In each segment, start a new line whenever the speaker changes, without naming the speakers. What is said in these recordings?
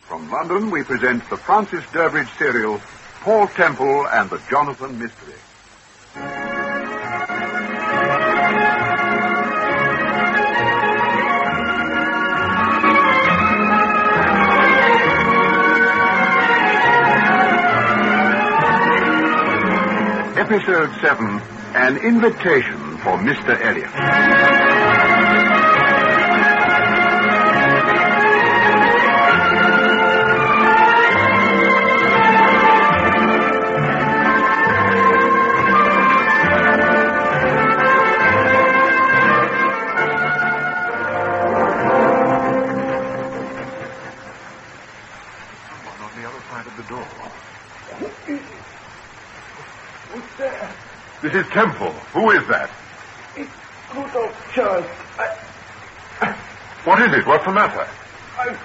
From London, we present the Francis Durbridge serial, Paul Temple and the Jonathan Mystery. Episode 7 An Invitation for Mr. Elliot. Someone on the other side of the door.
Who's there?
This is Temple. Who is that?
It's Rudolph Charles. I,
What is it? What's the matter?
I've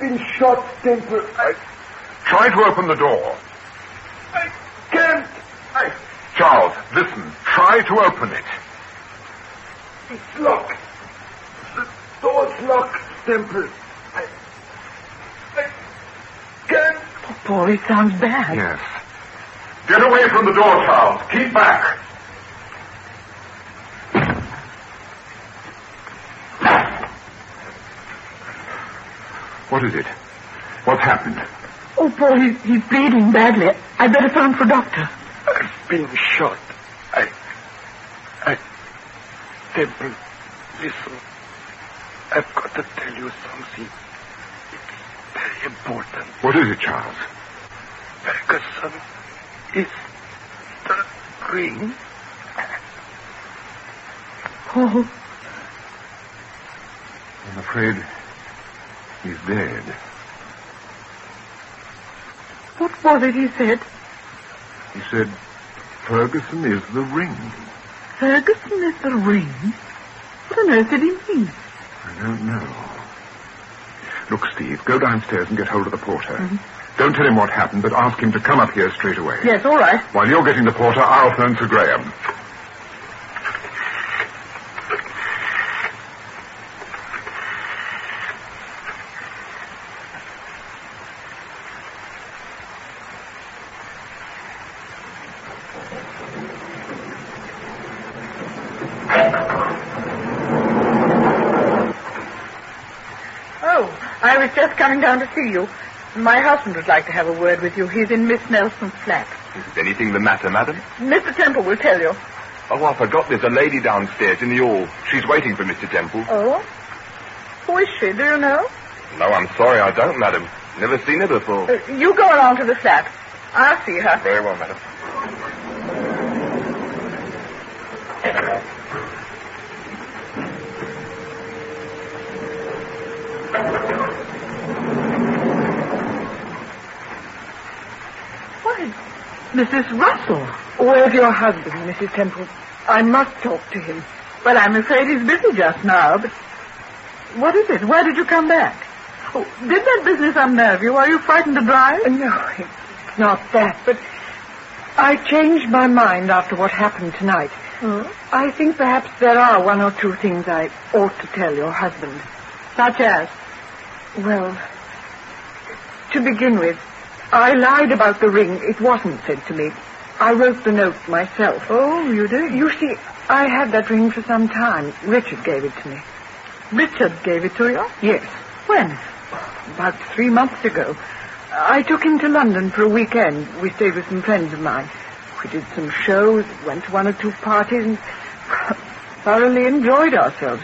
been short tempered. I,
Try to open the door.
I can't. I,
Charles, listen. Try to open it.
it's locked. The door's locked, Temple. I, I can't.
Paul, it sounds bad.
Yes. Get away from the door, Charles. Keep back. What is it? What's happened?
Oh, Paul, he, he's bleeding badly. I'd better phone for a doctor.
I've been shot. I, I, Temple, listen. I've got to tell you something. It's very important.
What is it, Charles?
Ferguson is the ring.
Paul,
I'm afraid he's dead.
what was it he said?
He said Ferguson is the ring.
Ferguson is the ring? What on earth did he mean?
I don't know. Look, Steve, go downstairs and get hold of the porter. Don't tell him what happened, but ask him to come up here straight away.
Yes, all right.
While you're getting the porter, I'll phone Sir Graham.
Oh, I was just coming down to see you. My husband would like to have a word with you. He's in Miss Nelson's flat.
Is anything the matter, madam?
Mr. Temple will tell you.
Oh, I forgot there's a lady downstairs in the hall. She's waiting for Mr. Temple.
Oh? Who is she? Do you know?
No, I'm sorry, I don't, madam. Never seen her before.
Uh, you go along to the flat. I'll see her.
Very well, madam.
Why, Mrs. Russell. Where's your husband, Mrs. Temple? I must talk to him. Well, I'm afraid he's busy just now, but... What is it? Why did you come back? Oh, did that business unnerve you? Are you frightened to drive? Uh, No, it's not that, but... I changed my mind after what happened tonight. I think perhaps there are one or two things I ought to tell your husband. Such as? Well, to begin with, I lied about the ring. It wasn't sent to me. I wrote the note myself. Oh, you did? You see, I had that ring for some time. Richard gave it to me. Richard gave it to you? Yes. When? About three months ago. I took him to London for a weekend. We stayed with some friends of mine. We did some shows, went to one or two parties, and thoroughly enjoyed ourselves.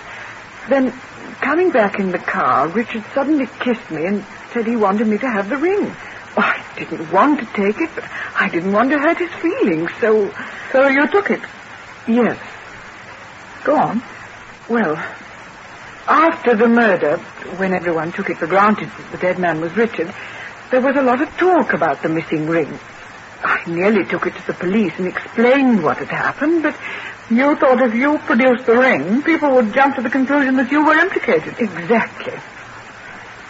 Then, coming back in the car, Richard suddenly kissed me and said he wanted me to have the ring. Well, I didn't want to take it, but I didn't want to hurt his feelings, so. So you took it? Yes. Go on. Well, after the murder, when everyone took it for granted that the dead man was Richard, there was a lot of talk about the missing ring. I nearly took it to the police and explained what had happened, but you thought if you produced the ring, people would jump to the conclusion that you were implicated. Exactly.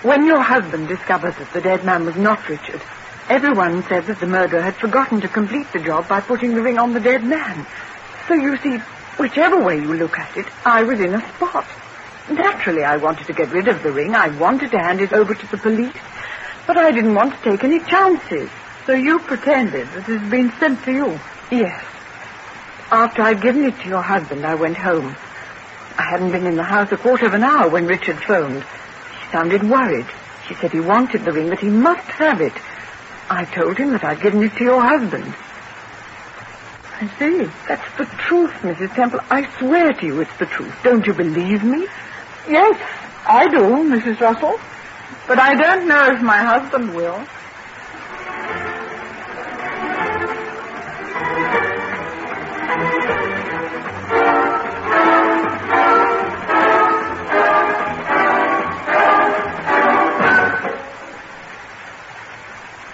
When your husband discovered that the dead man was not Richard, everyone said that the murderer had forgotten to complete the job by putting the ring on the dead man. So you see, whichever way you look at it, I was in a spot. Naturally, I wanted to get rid of the ring. I wanted to hand it over to the police. But I didn't want to take any chances. So you pretended that it had been sent to you. Yes. After I'd given it to your husband, I went home. I hadn't been in the house a quarter of an hour when Richard phoned. He sounded worried. He said he wanted the ring, that he must have it. I told him that I'd given it to your husband. I see. That's the truth, Mrs. Temple. I swear to you it's the truth. Don't you believe me? Yes, I do, Mrs. Russell. But I don't know if my husband will.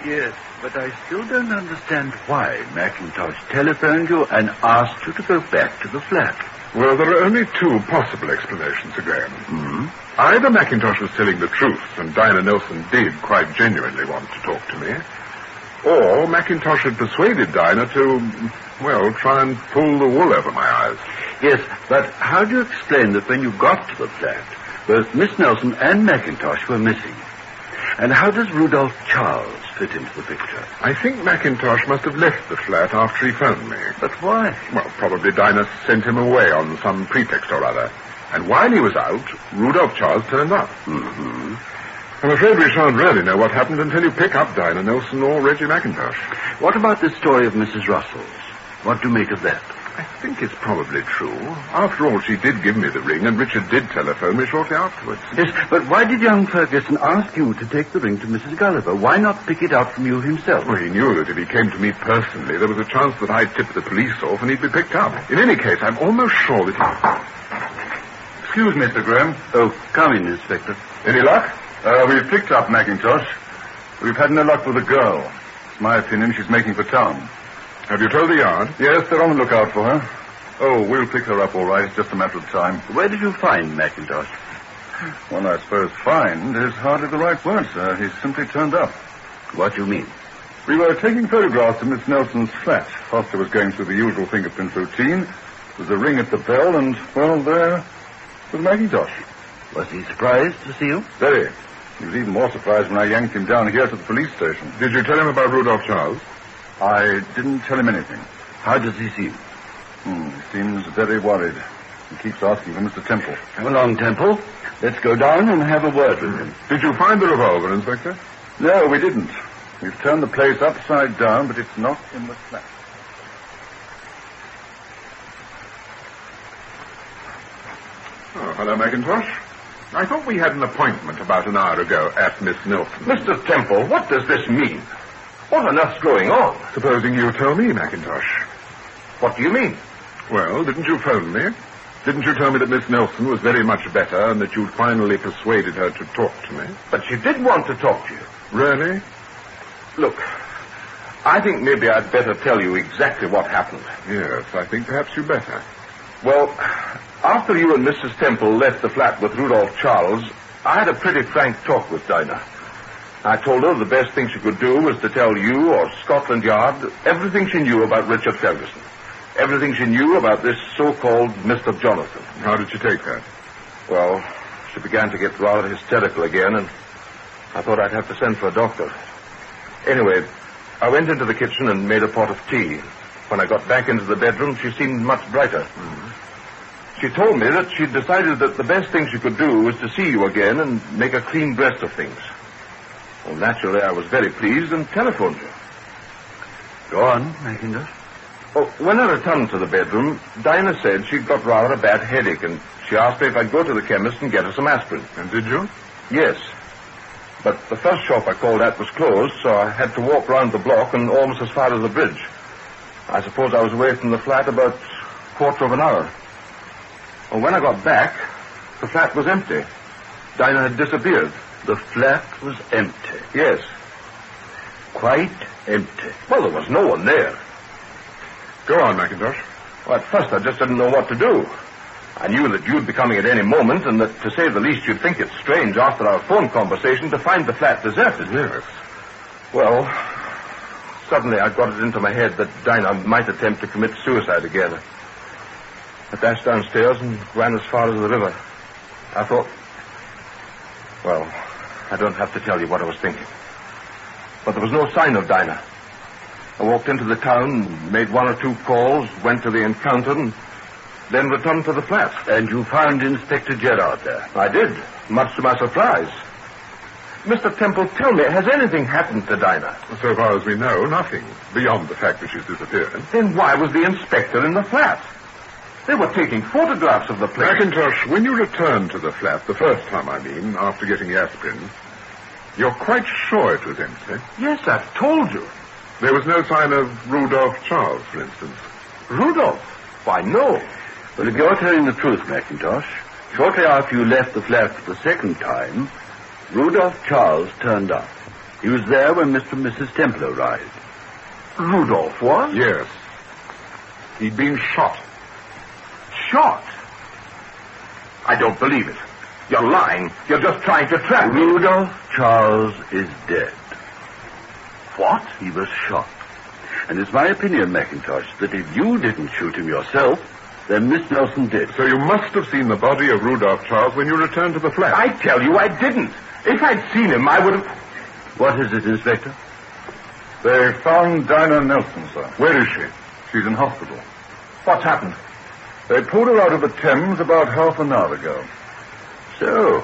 Yes, but I still don't understand why McIntosh telephoned you and asked you to go back to the flat.
Well, there are only two possible explanations, Sir Graham.
Hmm?
Either Macintosh was telling the truth, and Dinah Nelson did quite genuinely want to talk to me, or Macintosh had persuaded Dinah to, well, try and pull the wool over my eyes.
Yes, but how do you explain that when you got to the flat, both Miss Nelson and McIntosh were missing? And how does Rudolph Charles fit into the picture?
I think Macintosh must have left the flat after he phoned me.
But why?
Well, probably Dinah sent him away on some pretext or other. And while he was out, Rudolph Charles turned up.
hmm
I'm afraid we shan't really know what happened until you pick up Dinah Nelson or Reggie Macintosh.
What about this story of Mrs. Russell's? What do you make of that?
I think it's probably true. After all, she did give me the ring, and Richard did telephone me shortly afterwards.
Yes, but why did young Ferguson ask you to take the ring to Mrs. Gulliver? Why not pick it up from you himself?
Well, he knew that if he came to me personally, there was a chance that I'd tip the police off and he'd be picked up. In any case, I'm almost sure that he... Excuse me, Mr. Graham.
Oh, come in, Inspector.
Any luck? Uh, we've picked up McIntosh. We've had no luck with the girl. It's my opinion she's making for town. Have you told the yard? Yes, they're on the lookout for her. Oh, we'll pick her up all right. It's just a matter of time.
Where did you find McIntosh?
Well, I suppose find is hardly the right word, sir. He's simply turned up.
What do you mean?
We were taking photographs of Miss Nelson's flat. Foster was going through the usual fingerprint routine. There's a ring at the bell, and, well, there was McIntosh.
Was he surprised to see you?
Very. He was even more surprised when I yanked him down here to the police station. Did you tell him about Rudolph Charles? I didn't tell him anything.
How does he seem?
Hmm, he seems very worried. He keeps asking for Mr. Temple.
Come along, Temple. Let's go down and have a word with him.
Did you find the revolver, Inspector? No, we didn't. We've turned the place upside down, but it's not in the flat. Oh, hello, McIntosh. I thought we had an appointment about an hour ago at Miss Nelson's.
Mr. Temple, what does this mean? What on earth's going on?
Supposing you tell me, McIntosh.
What do you mean?
Well, didn't you phone me? Didn't you tell me that Miss Nelson was very much better and that you'd finally persuaded her to talk to me?
But she did want to talk to you.
Really?
Look, I think maybe I'd better tell you exactly what happened.
Yes, I think perhaps you better.
Well, after you and Mrs. Temple left the flat with Rudolph Charles, I had a pretty frank talk with Dinah. I told her the best thing she could do was to tell you or Scotland Yard everything she knew about Richard Ferguson, everything she knew about this so-called Mr. Jonathan.
How did you take that?
Well, she began to get rather hysterical again, and I thought I'd have to send for a doctor. Anyway, I went into the kitchen and made a pot of tea. When I got back into the bedroom, she seemed much brighter. She told me that she'd decided that the best thing she could do was to see you again and make a clean breast of things. Well, naturally, I was very pleased and telephoned you.
Go on, McIntosh.
Oh, when I returned to the bedroom, Dinah said she'd got rather a bad headache, and she asked me if I'd go to the chemist and get her some aspirin.
And did you?
Yes. But the first shop I called at was closed, so I had to walk round the block and almost as far as the bridge. I suppose I was away from the flat about quarter of an hour. Well, when I got back, the flat was empty. Dinah had disappeared.
The flat was empty.
Yes.
Quite empty.
Well, there was no one there.
Go on, McIntosh.
Well, at first I just didn't know what to do. I knew that you'd be coming at any moment, and that, to say the least, you'd think it strange after our phone conversation to find the flat deserted.
Yes.
Well, suddenly I got it into my head that Dinah might attempt to commit suicide again. I dashed downstairs and ran as far as the river. I thought, well, I don't have to tell you what I was thinking.
But there was no sign of Dinah. I walked into the town, made one or two calls, went to the encounter, and then returned to the flat.
And you found Inspector Gerard there.
I did, much to my surprise. Mr. Temple, tell me, has anything happened to Dinah?
So far as we know, nothing beyond the fact that she's disappeared.
Then why was the inspector in the flat? They were taking photographs of the place.
Mackintosh, when you returned to the flat, the first time I mean, after getting the aspirin, you're quite sure it was empty.
Yes, I've told you.
There was no sign of Rudolph Charles, for instance.
Rudolph? Why, no.
Well, if you're telling the truth, McIntosh, shortly after you left the flat for the second time, Rudolph Charles turned up. He was there when Mr. and Mrs. Temple arrived.
Rudolph was?
Yes. He'd been shot.
Shot? I don't believe it. You're lying. You're just trying to trap me.
Rudolph Charles is dead.
What?
He was shot. And it's my opinion, McIntosh, that if you didn't shoot him yourself, then Miss Nelson did.
So you must have seen the body of Rudolph Charles when you returned to the flat.
I tell you, I didn't. If I'd seen him, I would have.
What is it, Inspector?
They found Dinah Nelson, sir. Where is she? She's in hospital.
What's happened?
They pulled her out of the Thames about half an hour ago.
So,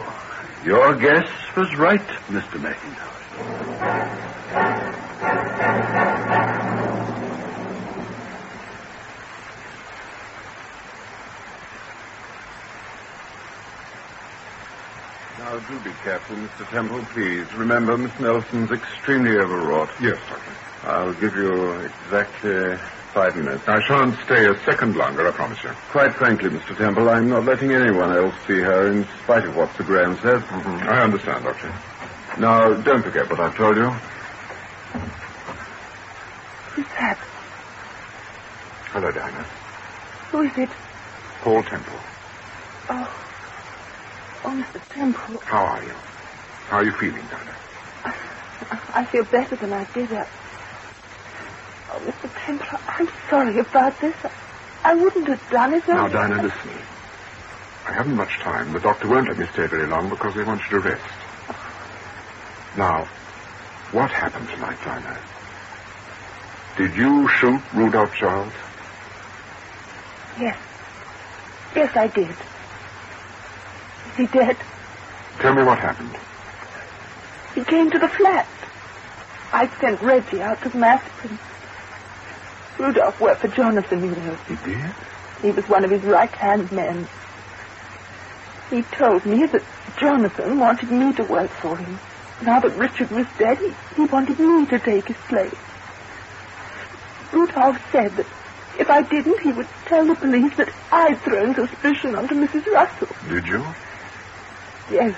your guess was right, Mr. McIntosh.
Now, do be careful, Mr. Temple, please. Remember, Miss Nelson's extremely overwrought. Yes, Doctor. I'll give you exactly five minutes. I shan't stay a second longer, I promise you. Quite frankly, Mr. Temple, I'm not letting anyone else see her in spite of what Sir Graham says. I understand, Doctor. Now, don't forget what I've told you.
Who's that?
Hello, Dinah.
Who is it?
Paul Temple.
Oh. Oh, Mr. Temple,
How are you? How are you feeling, Dinah?
I feel better than I did. I... Oh, Mr. Temple, I'm sorry about this. I wouldn't have done it.
Now, Dinah, listen. I haven't much time. The doctor won't let me stay very long because they want you to rest. Now, what happened tonight, Dinah? Did you shoot Rudolph Charles?
Yes. Yes, I did. Is he dead?
Tell me what happened.
He came to the flat. I'd sent Reggie out to Maspin. Rudolph worked for Jonathan, you know.
He did?
He was one of his right-hand men. He told me that Jonathan wanted me to work for him. Now that Richard was dead, he, he wanted me to take his place. Rudolph said that if I didn't, he would tell the police that I'd thrown suspicion onto Mrs. Russell.
Did you?
Yes.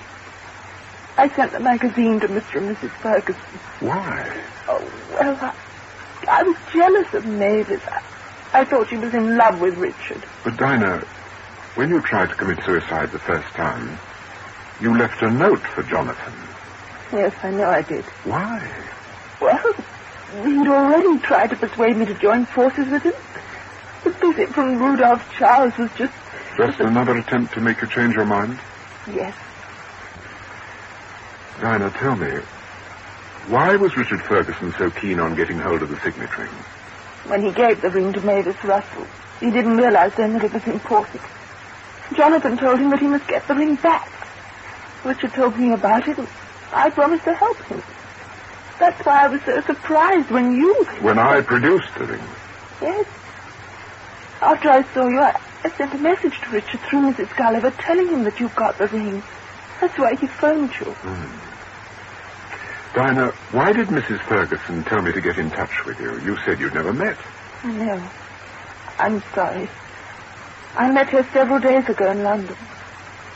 I sent the magazine to Mr. and Mrs. Ferguson.
Why?
Oh, well, I, I was jealous of Mavis. I, I thought she was in love with Richard.
But, Dinah, when you tried to commit suicide the first time, you left a note for Jonathan.
Yes, I know I did.
Why?
Well, he'd already tried to persuade me to join forces with him. The visit from Rudolph Charles was just...
Just another attempt to make you change your mind?
Yes.
Dinah, tell me, why was Richard Ferguson so keen on getting hold of the signet ring?
When he gave the ring to Mavis Russell, he didn't realize then that it was important. Jonathan told him that he must get the ring back. Richard told me about it, and I promised to help him. That's why I was so surprised when you...
When I produced the ring.
Yes. After I saw you, I, I sent a message to Richard through Mrs. Gulliver telling him that you got the ring. That's why he phoned you.
Dinah, why did Mrs. Ferguson tell me to get in touch with you? You said you'd never met.
I know. I'm sorry. I met her several days ago in London.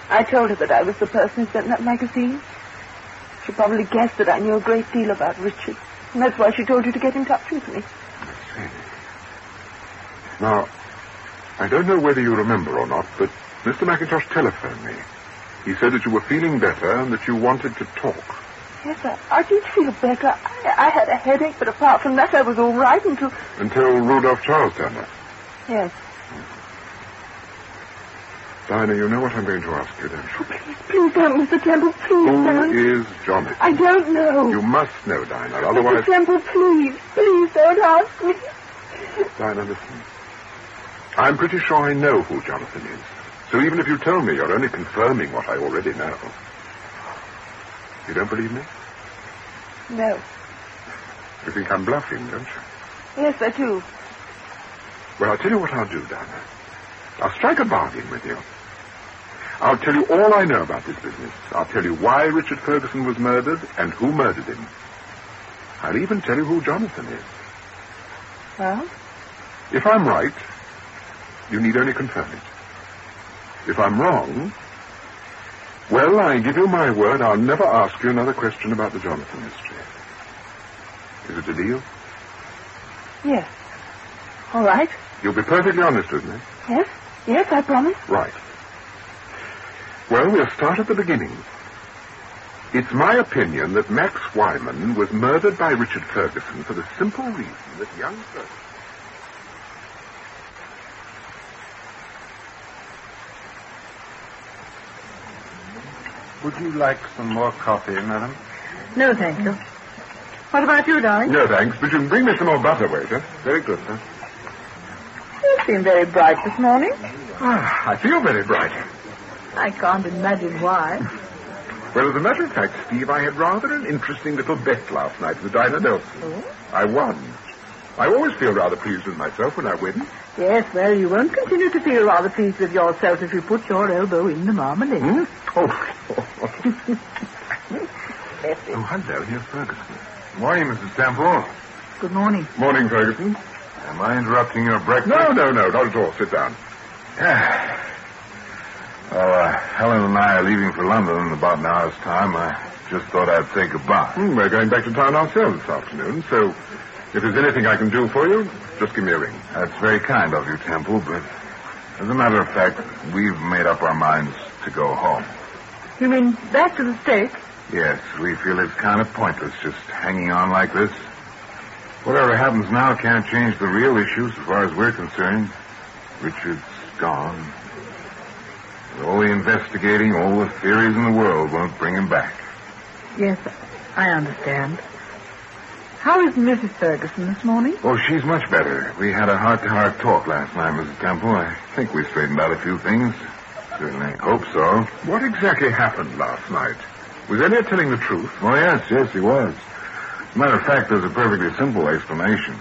I told her that I was the person who sent that magazine. She probably guessed that I knew a great deal about Richard, and that's why she told you to get in touch with me.
Now, I don't know whether you remember or not, but Mr. McIntosh telephoned me. He said that you were feeling better and that you wanted to talk.
Yes, I, I did feel better. I, I had a headache, but apart from that, I was all right until.
Until Rudolph Charles turned up.
Yes.
Dinah, you know what I'm going to ask you, don't you?
Please don't, Mr. Temple. Please don't.
Who is Johnny?
I don't know.
You must know, Dinah.
Mr.
Otherwise,
Temple, please. Please don't ask me.
Dinah, listen. I'm pretty sure I know who Jonathan is. So even if you tell me, you're only confirming what I already know. You don't believe me?
No.
You think I'm bluffing, don't you?
Yes, I do.
Well, I'll tell you what I'll do, Dinah. I'll strike a bargain with you. I'll tell you all I know about this business. I'll tell you why Richard Ferguson was murdered and who murdered him. I'll even tell you who Jonathan is.
Well?
If I'm right, you need only confirm it. If I'm wrong, well, I give you my word, I'll never ask you another question about the Jonathan mystery. Is it a deal?
Yes. All right.
You'll be perfectly honest with me.
Yes? Yes, I promise.
Right. Well, we'll start at the beginning. It's my opinion that Max Wyman was murdered by Richard Ferguson for the simple reason that young Ferguson.
Would you like some more coffee, madam?
No, thank you. What about you, darling?
No, thanks, but you can bring me some more butter, waiter. Very good, sir.
You seem very bright this morning.
Ah, I feel very bright.
I can't imagine why.
Well, as a matter of fact, Steve, I had rather an interesting little bet last night with Dinah Nelson.
Oh?
I won. I always feel rather pleased with myself when I win.
Yes, well, you won't continue to feel rather pleased with yourself if you put your elbow in the marmalade.
Hmm? Oh. oh, hello, here's Ferguson.
Morning, Mrs. Temple.
Good morning.
Morning, Ferguson.
Am I interrupting your breakfast?
No, no, no, not at all. Sit down.
Well, uh, Helen and I are leaving for London in about an hour's time. I just thought I'd say goodbye.
Hmm, we're going back to town ourselves this afternoon, so if there's anything I can do for you, just give me a ring.
That's very kind of you, Temple, but as a matter of fact, we've made up our minds to go home.
You mean back to the States?
Yes, we feel it's kind of pointless just hanging on like this. Whatever happens now can't change the real issue as far as we're concerned. Richard's gone. And All the investigating, all the theories in the world won't bring him back.
Yes, I understand. How is Mrs. Ferguson this morning?
Oh, she's much better. We had a heart-to-heart talk last night, Mrs. Temple. I think we straightened out a few things. Certainly hope so.
What exactly happened last night? Was Elliot telling the truth?
Well, Oh, yes, yes, he was. Matter of fact, there's a perfectly simple explanation.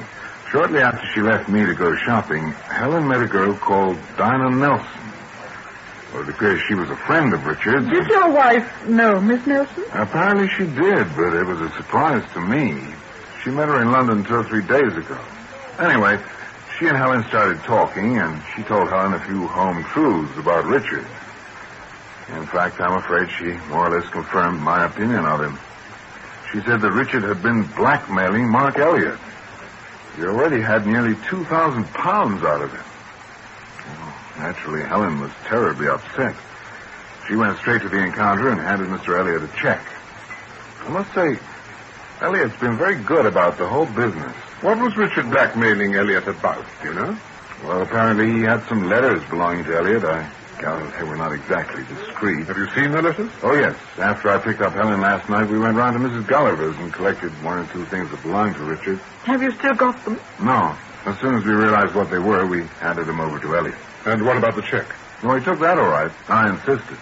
Shortly after she left me to go shopping, Helen met a girl called Dinah Nelson. Well, it appears she was a friend of Richard's.
Did your wife know Miss Nelson?
Apparently she did, but it was a surprise to me. She met her in London two or three days ago. Anyway, she and Helen started talking, and she told Helen a few home truths about Richard. In fact, I'm afraid she more or less confirmed my opinion of him. She said that Richard had been blackmailing Mark Elliott. He already had nearly 2,000 pounds out of him. Well, naturally, Helen was terribly upset. She went straight to the encounter and handed Mr. Elliot a check. I must say, Elliot's been very good about the whole business.
What was Richard blackmailing Elliot about, do you know?
Well, apparently he had some letters belonging to Elliot. I gather they were not exactly discreet.
Have you seen the letters?
Oh, yes. After I picked up Helen last night, we went round to Mrs. Gulliver's and collected one or two things that belonged to Richard.
Have you still got them?
No. As soon as we realized what they were, we handed them over to Elliot.
And what about the check?
Well, he took that all right. I insisted.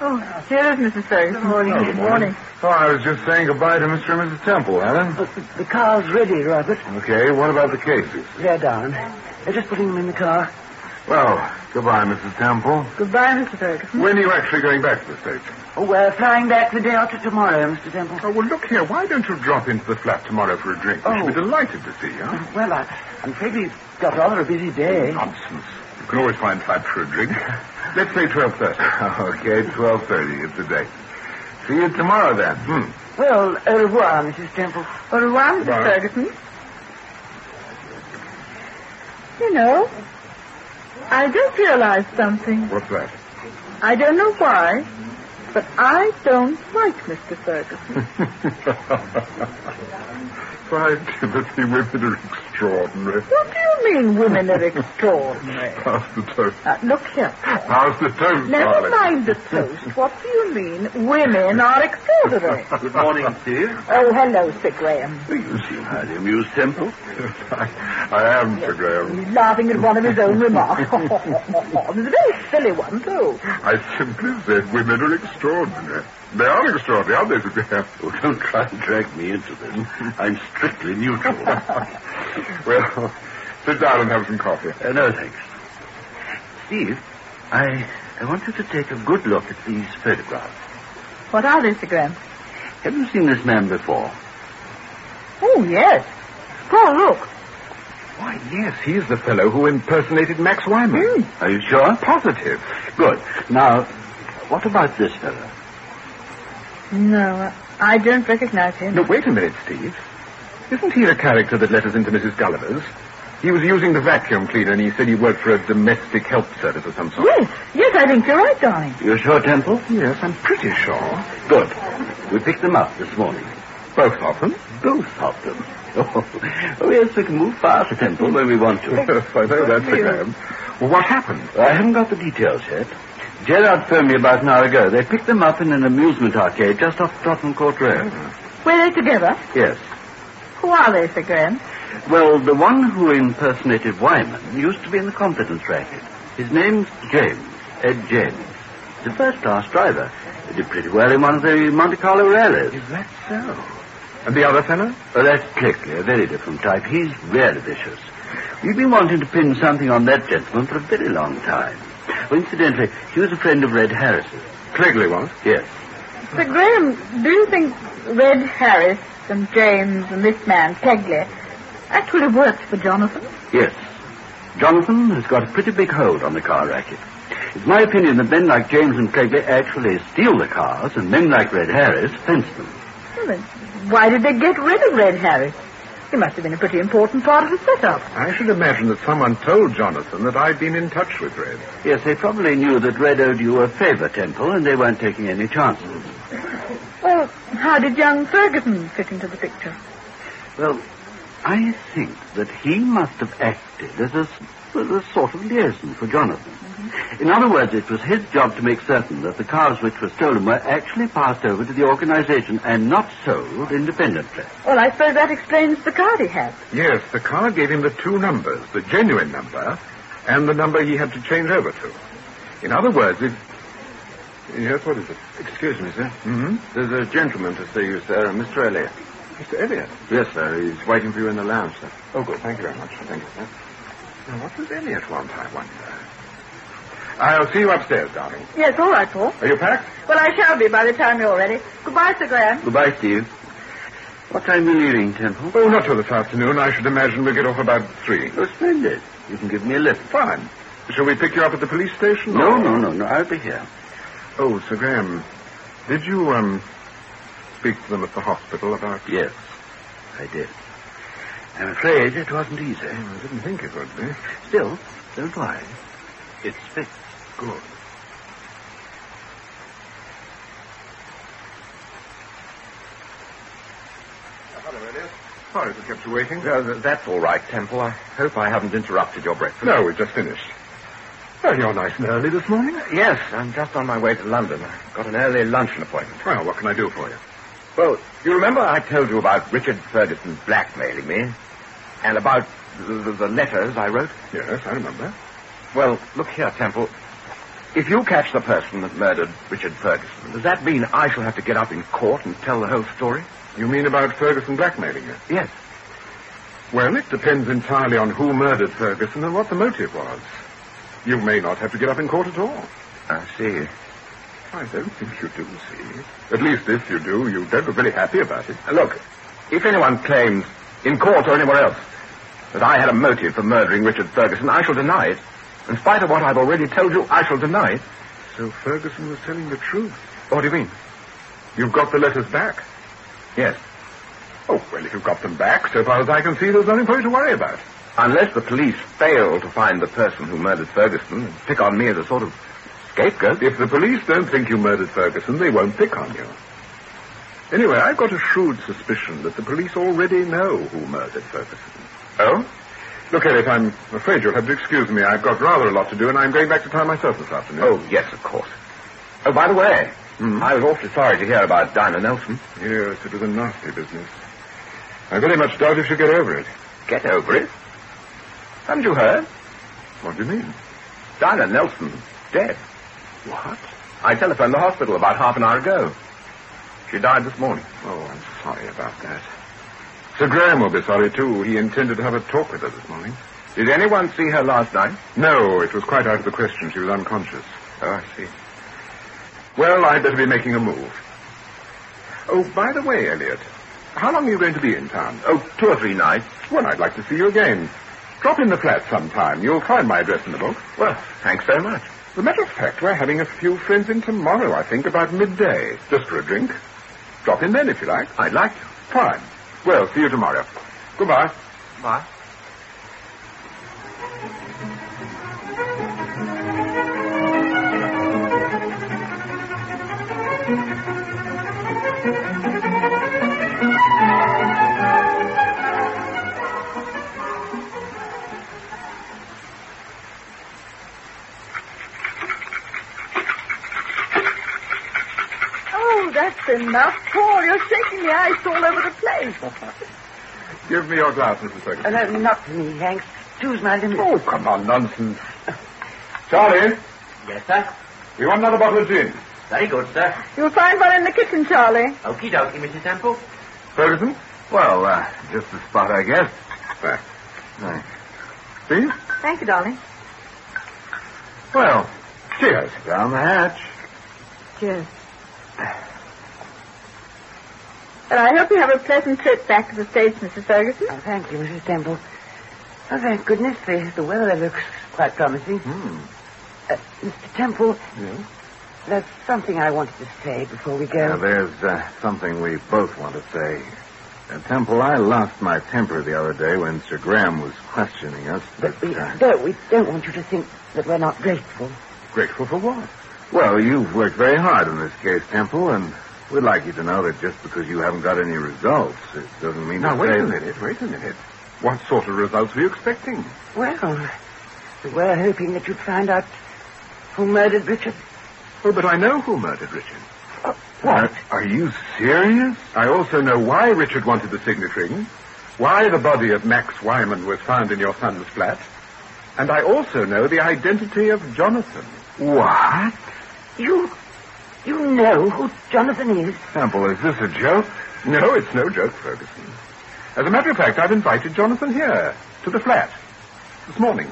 Oh, here is Mrs. Ferguson. Good morning. Good morning.
Oh, I was just saying goodbye to Mr. and Mrs. Temple, Helen.
Oh, The car's ready, Robert.
Okay, what about the cases?
They're down. They're just putting them in the car.
Well, goodbye, Mrs. Temple.
Goodbye, Mr. Ferguson.
When are you actually going back to the States?
Oh, we're flying back the day after tomorrow, Mr. Temple.
Oh, well, look here. Why don't you drop into the flat tomorrow for a drink? We
Oh.
should be delighted to see you.
Well, I, I'm afraid we've got rather a busy day.
Nonsense. You can always find flat for a drink. Let's say 12.30.
okay, 12.30. It's a date. See you tomorrow, then. Hmm.
Well, au revoir, Mrs. Temple.
Au revoir, Mrs.
Goodbye.
Ferguson. You know, I just realized something.
What's that?
I don't know why, But I don't like Mr. Ferguson.
Why, Timothy, women are extraordinary.
What do you mean women are extraordinary?
How's the toast?
Now, look here.
How's the toast,
Never
darling?
mind the toast. What do you mean women are extraordinary?
Good morning, Steve.
Oh, hello, Sir Graham.
You seem highly amused, Temple.
I, I am, Sir Graham.
He's laughing at one of his own remarks. Oh, it was a very silly one, too.
I simply said women are extraordinary. They are extraordinary, aren't they, Sir Graham?
Oh, don't try and drag me into this. I'm strictly neutral. uh,
Well, sit down and have some coffee.
Uh, no, thanks. Steve, I, I want you to take a good look at these photographs.
What are they, Sir Graham?
Have you seen this man before?
Oh, yes. Paul, look.
Why, yes, he's the fellow who impersonated Max Wyman.
Hmm. Are you sure?
Positive.
Good. Now, what about this fellow?
No, I don't recognize him.
No, wait a minute, Steve. Isn't he the character that let us into Mrs. Gulliver's? He was using the vacuum cleaner and he said he worked for a domestic help service of some sort.
Yes, yes, I think you're right, darling.
You're sure, Temple?
Yes, I'm pretty sure.
Good. We picked them up this morning.
Both of them.
Both of them. Oh, oh yes, we can move past Temple when we want to.
Yes, I know that, Sir Graham.
Well, what happened?
I haven't got the details yet. Gerard phoned me about an hour ago. They picked them up in an amusement arcade just off Tottenham Court Road.
Were they together?
Yes.
Who are they, Sir Graham?
Well, the one who impersonated Wyman used to be in the confidence racket. His name's James, Ed James. He's a first-class driver. He did pretty well in one of the Monte Carlo rallies.
that so? And the other fellow?
Oh, that's Clickley, a very different type. He's very vicious. We've been wanting to pin something on that gentleman for a very long time. Oh, incidentally, he was a friend of Red Harris's.
Clegley was.
Yes.
Sir Graham, do you think Red Harris and James and this man, Kegley, actually worked for Jonathan?
Yes. Jonathan has got a pretty big hold on the car racket. It's my opinion that men like James and Clegley actually steal the cars, and men like Red Harris fence them.
Well, then, why did they get rid of Red Harris? He must have been a pretty important part of the setup.
I should imagine that someone told Jonathan that I'd been in touch with Red.
Yes, they probably knew that Red owed you a favor, Temple, and they weren't taking any chances.
Well, how did young Ferguson fit into the picture?
Well, I think that he must have acted as a, as a sort of liaison for Jonathan. In other words, it was his job to make certain that the cars which were stolen were actually passed over to the organization and not sold independently.
Well, I suppose that explains the card he had.
Yes, the car gave him the two numbers, the genuine number and the number he had to change over to. In other words, it... Yes, what is it?
Excuse me, sir.
Mm-hmm.
There's a gentleman to see you, sir, Mr. Elliot.
Mr. Elliot.
Yes, sir. He's waiting for you in the lounge, sir.
Oh, good. Thank you very much. Thank you, sir. Now, what was Elliot want, I wonder? I'll see you upstairs, darling.
Yes, all right, Paul.
Are you packed?
Well, I shall be by the time you're ready. Goodbye, Sir Graham.
Goodbye, Steve. What time are you leaving, Temple?
Oh, not till this afternoon. I should imagine we'll get off about three.
Oh, splendid. You can give me a lift.
Fine. Shall we pick you up at the police station?
No,
or-
no, no, no. I'll be here.
Oh, Sir Graham, did you, um, speak to them at the hospital about...
Yes, I did. I'm afraid it wasn't easy.
I didn't think it would be.
Still, don't worry. It's fixed.
Good. Hello, Elliot. Sorry to have kept you waiting.
that's all right, Temple. I hope I haven't interrupted your breakfast.
No, we've just finished. Well, you're nice and early this morning.
Yes, I'm just on my way to London. I've got an early luncheon appointment.
Well, what can I do for you?
Well, you remember I told you about Richard Ferguson blackmailing me? And about the, the, the letters I wrote?
Yes, I remember.
Well, look here, Temple. If you catch the person that murdered Richard Ferguson, does that mean I shall have to get up in court and tell the whole story?
You mean about Ferguson blackmailing you?
Yes.
Well, it depends entirely on who murdered Ferguson and what the motive was. You may not have to get up in court at all.
I see.
I don't think you do, see. At least if you do, you don't look very happy about it.
Uh, Look, if anyone claims, in court or anywhere else, that I had a motive for murdering Richard Ferguson, I shall deny it. In spite of what I've already told you, I shall deny it.
So Ferguson was telling the truth.
What do you mean?
You've got the letters back.
Yes.
Oh, well, if you've got them back, so far as I can see, there's nothing for you to worry about.
Unless the police fail to find the person who murdered Ferguson and pick on me as a sort of Scapegoat?
If the police don't think you murdered Ferguson, they won't pick on you. Anyway, I've got a shrewd suspicion that the police already know who murdered Ferguson.
Oh?
Look, Elliot, I'm afraid you'll have to excuse me. I've got rather a lot to do, and I'm going back to town myself this afternoon.
Oh, yes, of course. Oh, by the way,
Hmm?
I was awfully sorry to hear about Dinah Nelson.
Yes, it was a nasty business. I very much doubt if she'll get over it.
Get over it. Haven't you heard?
What do you mean?
Dinah Nelson, dead. What? I telephoned the hospital about half an hour ago. She died this morning.
Oh, I'm sorry about that. Sir Graham will be sorry, too. He intended to have a talk with her this morning.
Did anyone see her last night?
No, it was quite out of the question. She was unconscious.
Oh, I see.
Well, I'd better be making a move. Oh, by the way, Elliot, how long are you going to be in town?
Oh, two or three nights.
Well, I'd like to see you again. Drop in the flat sometime. You'll find my address in the book.
Well, thanks very much.
As a matter of fact, we're having a few friends in tomorrow, I think, about midday, just for a drink. Drop in then, if you like.
I'd like to.
Fine. Well, see you tomorrow. Goodbye.
Bye.
Oh, that's enough. Paul, you're shaking the ice all over the place.
Give me your glass, Mrs. Ferguson.
Uh, Oh, no, not to me, Hanks. Two's my limit.
Oh, come on, nonsense. Charlie,
yes, sir.
we want another bottle of gin.
Very good, sir.
You'll find one in the kitchen, Charlie.
Okie dokie, Mrs. Temple.
Ferguson?
Well, uh, just the spot, I guess.
There.
Thanks.
See?
Thank you, darling.
Well, cheers.
Down the hatch.
Cheers. And I hope you have a pleasant trip back to the States, Mrs. Ferguson.
Oh, thank you, Mrs. Temple. Oh, thank goodness. The, the weather looks quite promising.
Hmm.
Uh, Mr. Temple,
Yeah?
there's something I wanted to say before we
Now,
go.
there's uh, something we both want to say. Uh, Temple, I lost my temper the other day when Sir Graham was questioning us.
but we,
uh,
no, we don't want you to think that we're not grateful.
Grateful for what? Well, you've worked very hard in this case, Temple, and we'd like you to know that just because you haven't got any results, it doesn't mean
Now,
to
wait
say
a
that-
minute, wait a minute. What sort of results were you expecting?
Well, we were hoping that you'd find out who murdered Richard.
Oh, but I know who murdered Richard.
Uh,
What?
Are, are you serious? I also know why Richard wanted the signet ring, why the body of Max Wyman was found in your son's flat, and I also know the identity of Jonathan.
What?
You, you know who Jonathan is.
Temple, is this a joke?
No, it's no joke, Ferguson. As a matter of fact, I've invited Jonathan here, to the flat, this morning.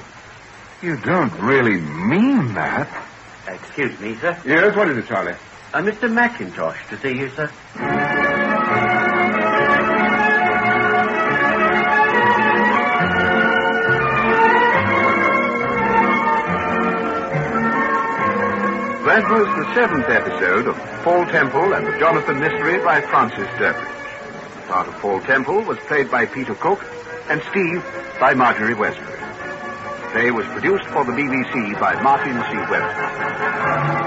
You don't really mean that.
Excuse me, sir.
Yes, what is it, Charlie?
Uh, Mr. McIntosh to see you, sir.
That was the seventh episode of Paul Temple and the Jonathan Mystery by Francis Durbridge. The part of Paul Temple was played by Peter Cook and Steve by Marjorie Westbury. They was produced for the BBC by Martin C. Webster.